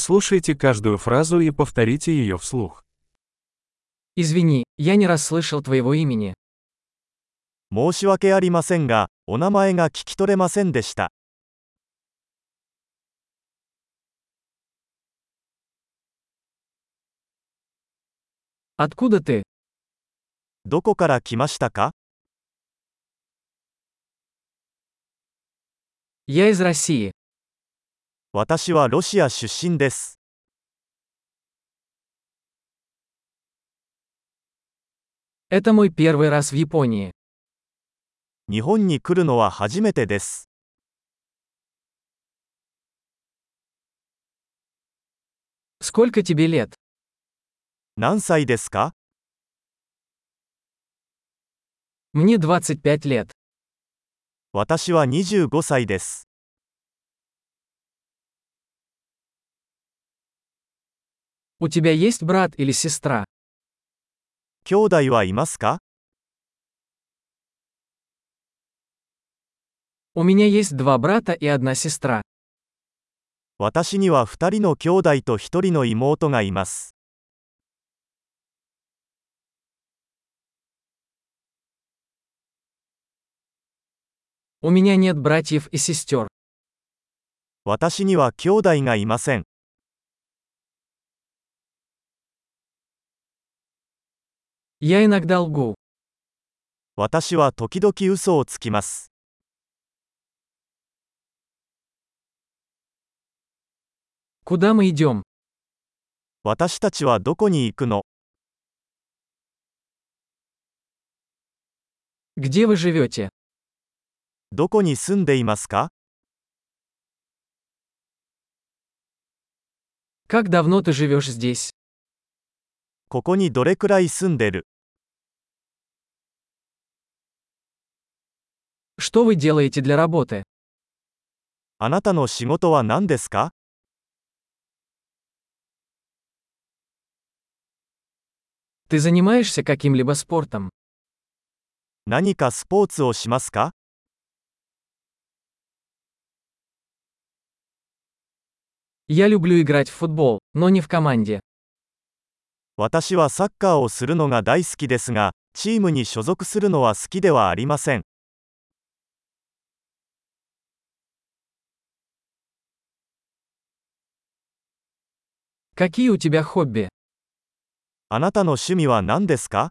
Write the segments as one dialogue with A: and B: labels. A: Прослушайте каждую фразу и повторите ее вслух.
B: Извини, я не расслышал твоего имени.
C: 申し訳ありませんが、お名前が聞き取れませんでした。
B: Откуда ты?
C: どこから来ましたか
B: Я из России.
C: 私はロシア出身です。
B: Это мой первый раз в Японии.
C: 日本に来るのは初めてです。
B: Сколько тебе лет?
C: 何歳ですか
B: Мне 25 лет.
C: 私は25歳です。
B: У тебя есть брат или сестра?
C: 兄弟はいますか
B: У меня есть два брата и одна сестра.
C: 私には2人の兄弟と1人の妹がいます。
B: У меня нет братьев и сестер.
C: 私には兄弟がいません。
B: Я иногда лгу.
C: 私は時々嘘をつきます。
B: Куда мы идем?
C: 私たちはどこに行くの
B: Где вы живете?
C: どこに住んでいますか
B: Как давно ты живешь здесь?
C: ここにどれくらい住んでる
B: Что вы делаете для работы?
C: あなたの仕事は何ですか
B: Ты занимаешься каким-либо спортом?
C: 何かスポーツをしますか
B: Я люблю играть в футбол, но не в команде.
C: 私はサッカーをするのが大好きですが、チームに所属するのは好きではありません。
B: Какие у тебя хобби?
C: あなたの趣味は何ですか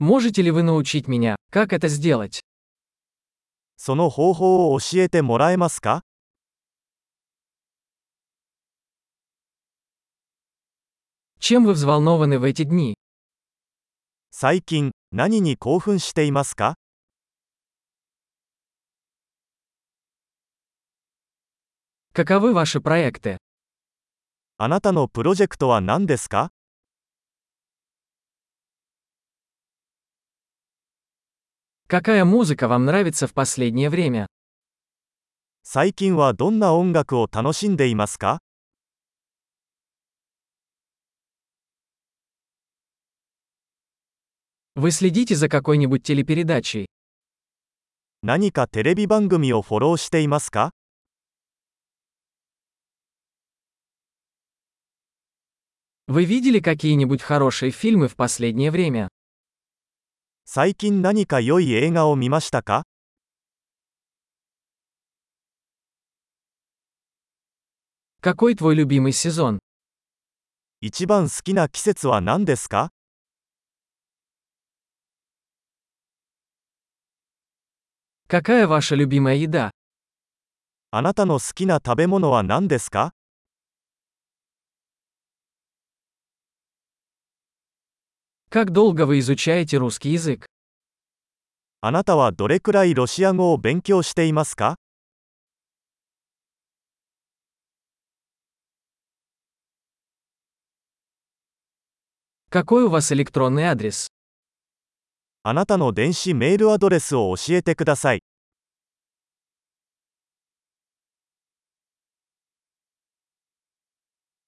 B: Можете ли вы научить меня, как это сделать?
C: その方法を教えてもらえますか
B: Чем вы взволнованы в эти дни?
C: 最近、何に興奮していますか
B: Каковы ваши проекты?
C: あなたのプロジェクトは何ですか
B: Какая музыка вам нравится в последнее время?
C: 最近はどんな音楽を楽しんでいますか
B: Вы следите за какой-нибудь телепередачей?
C: 何かテレビ番組をフォローしていますか
B: Вы видели какие-нибудь хорошие фильмы в последнее время?
C: 最近何か良い映画を見ましたか
B: Какой твой любимый сезон?
C: 一番好きな季節は何ですか
B: Какая ваша любимая еда?
C: あなたの好きな食べ物は何ですか
B: Как долго вы изучаете русский язык?
C: あなたはどれくらいロシア語を勉強していますか
B: Какой у вас электронный адрес?
C: あなたの電子メールアドレスを教えてください。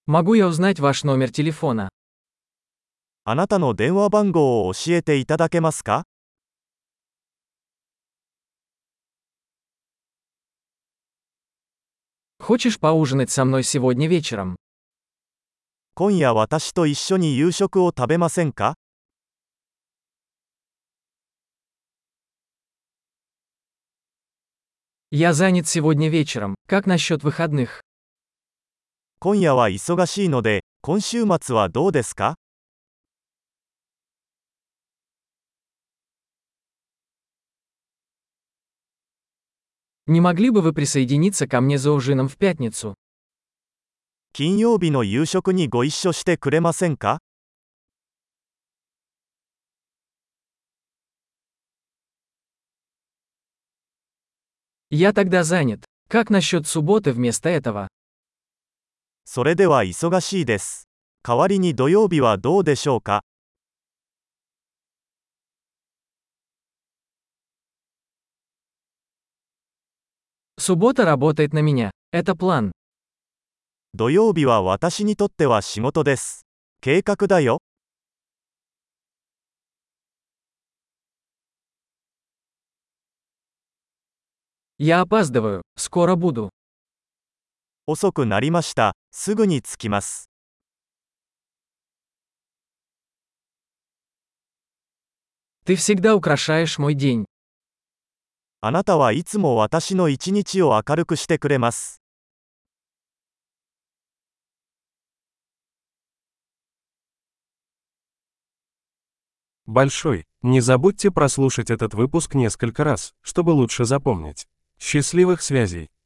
B: Могу я узнать ваш номер телефона?
C: あなたの電話番号を教えていただけますか
B: Хочешь поужинать со мной сегодня вечером?
C: 今夜私と一緒に夕食を食べませんか
B: Я занят сегодня вечером. Как насчет выходных?
C: 今夜は忙しいので、今週末はどうですか
B: Не могли бы вы присоединиться ко мне за ужином в пятницу?
C: 金曜日の夕食にご一緒してくれませんか
B: Я тогда занят. Как насчет субботы вместо этого?
C: それでは忙しいです。代わりに土曜日はどうでしょうか
B: Суббота работает на меня. Это план.
C: 土曜日は私にとっては仕事です。計画だよ。
B: Я опаздываю. Скоро буду.
C: 遅くなりました。すぐに着きます。
B: Ты всегда украшаешь мой день.
C: あなたはいつも私の一日を明るくしてくれます。
A: Большой. Не забудьте прослушать этот выпуск несколько раз, чтобы лучше запомнить. Счастливых связей!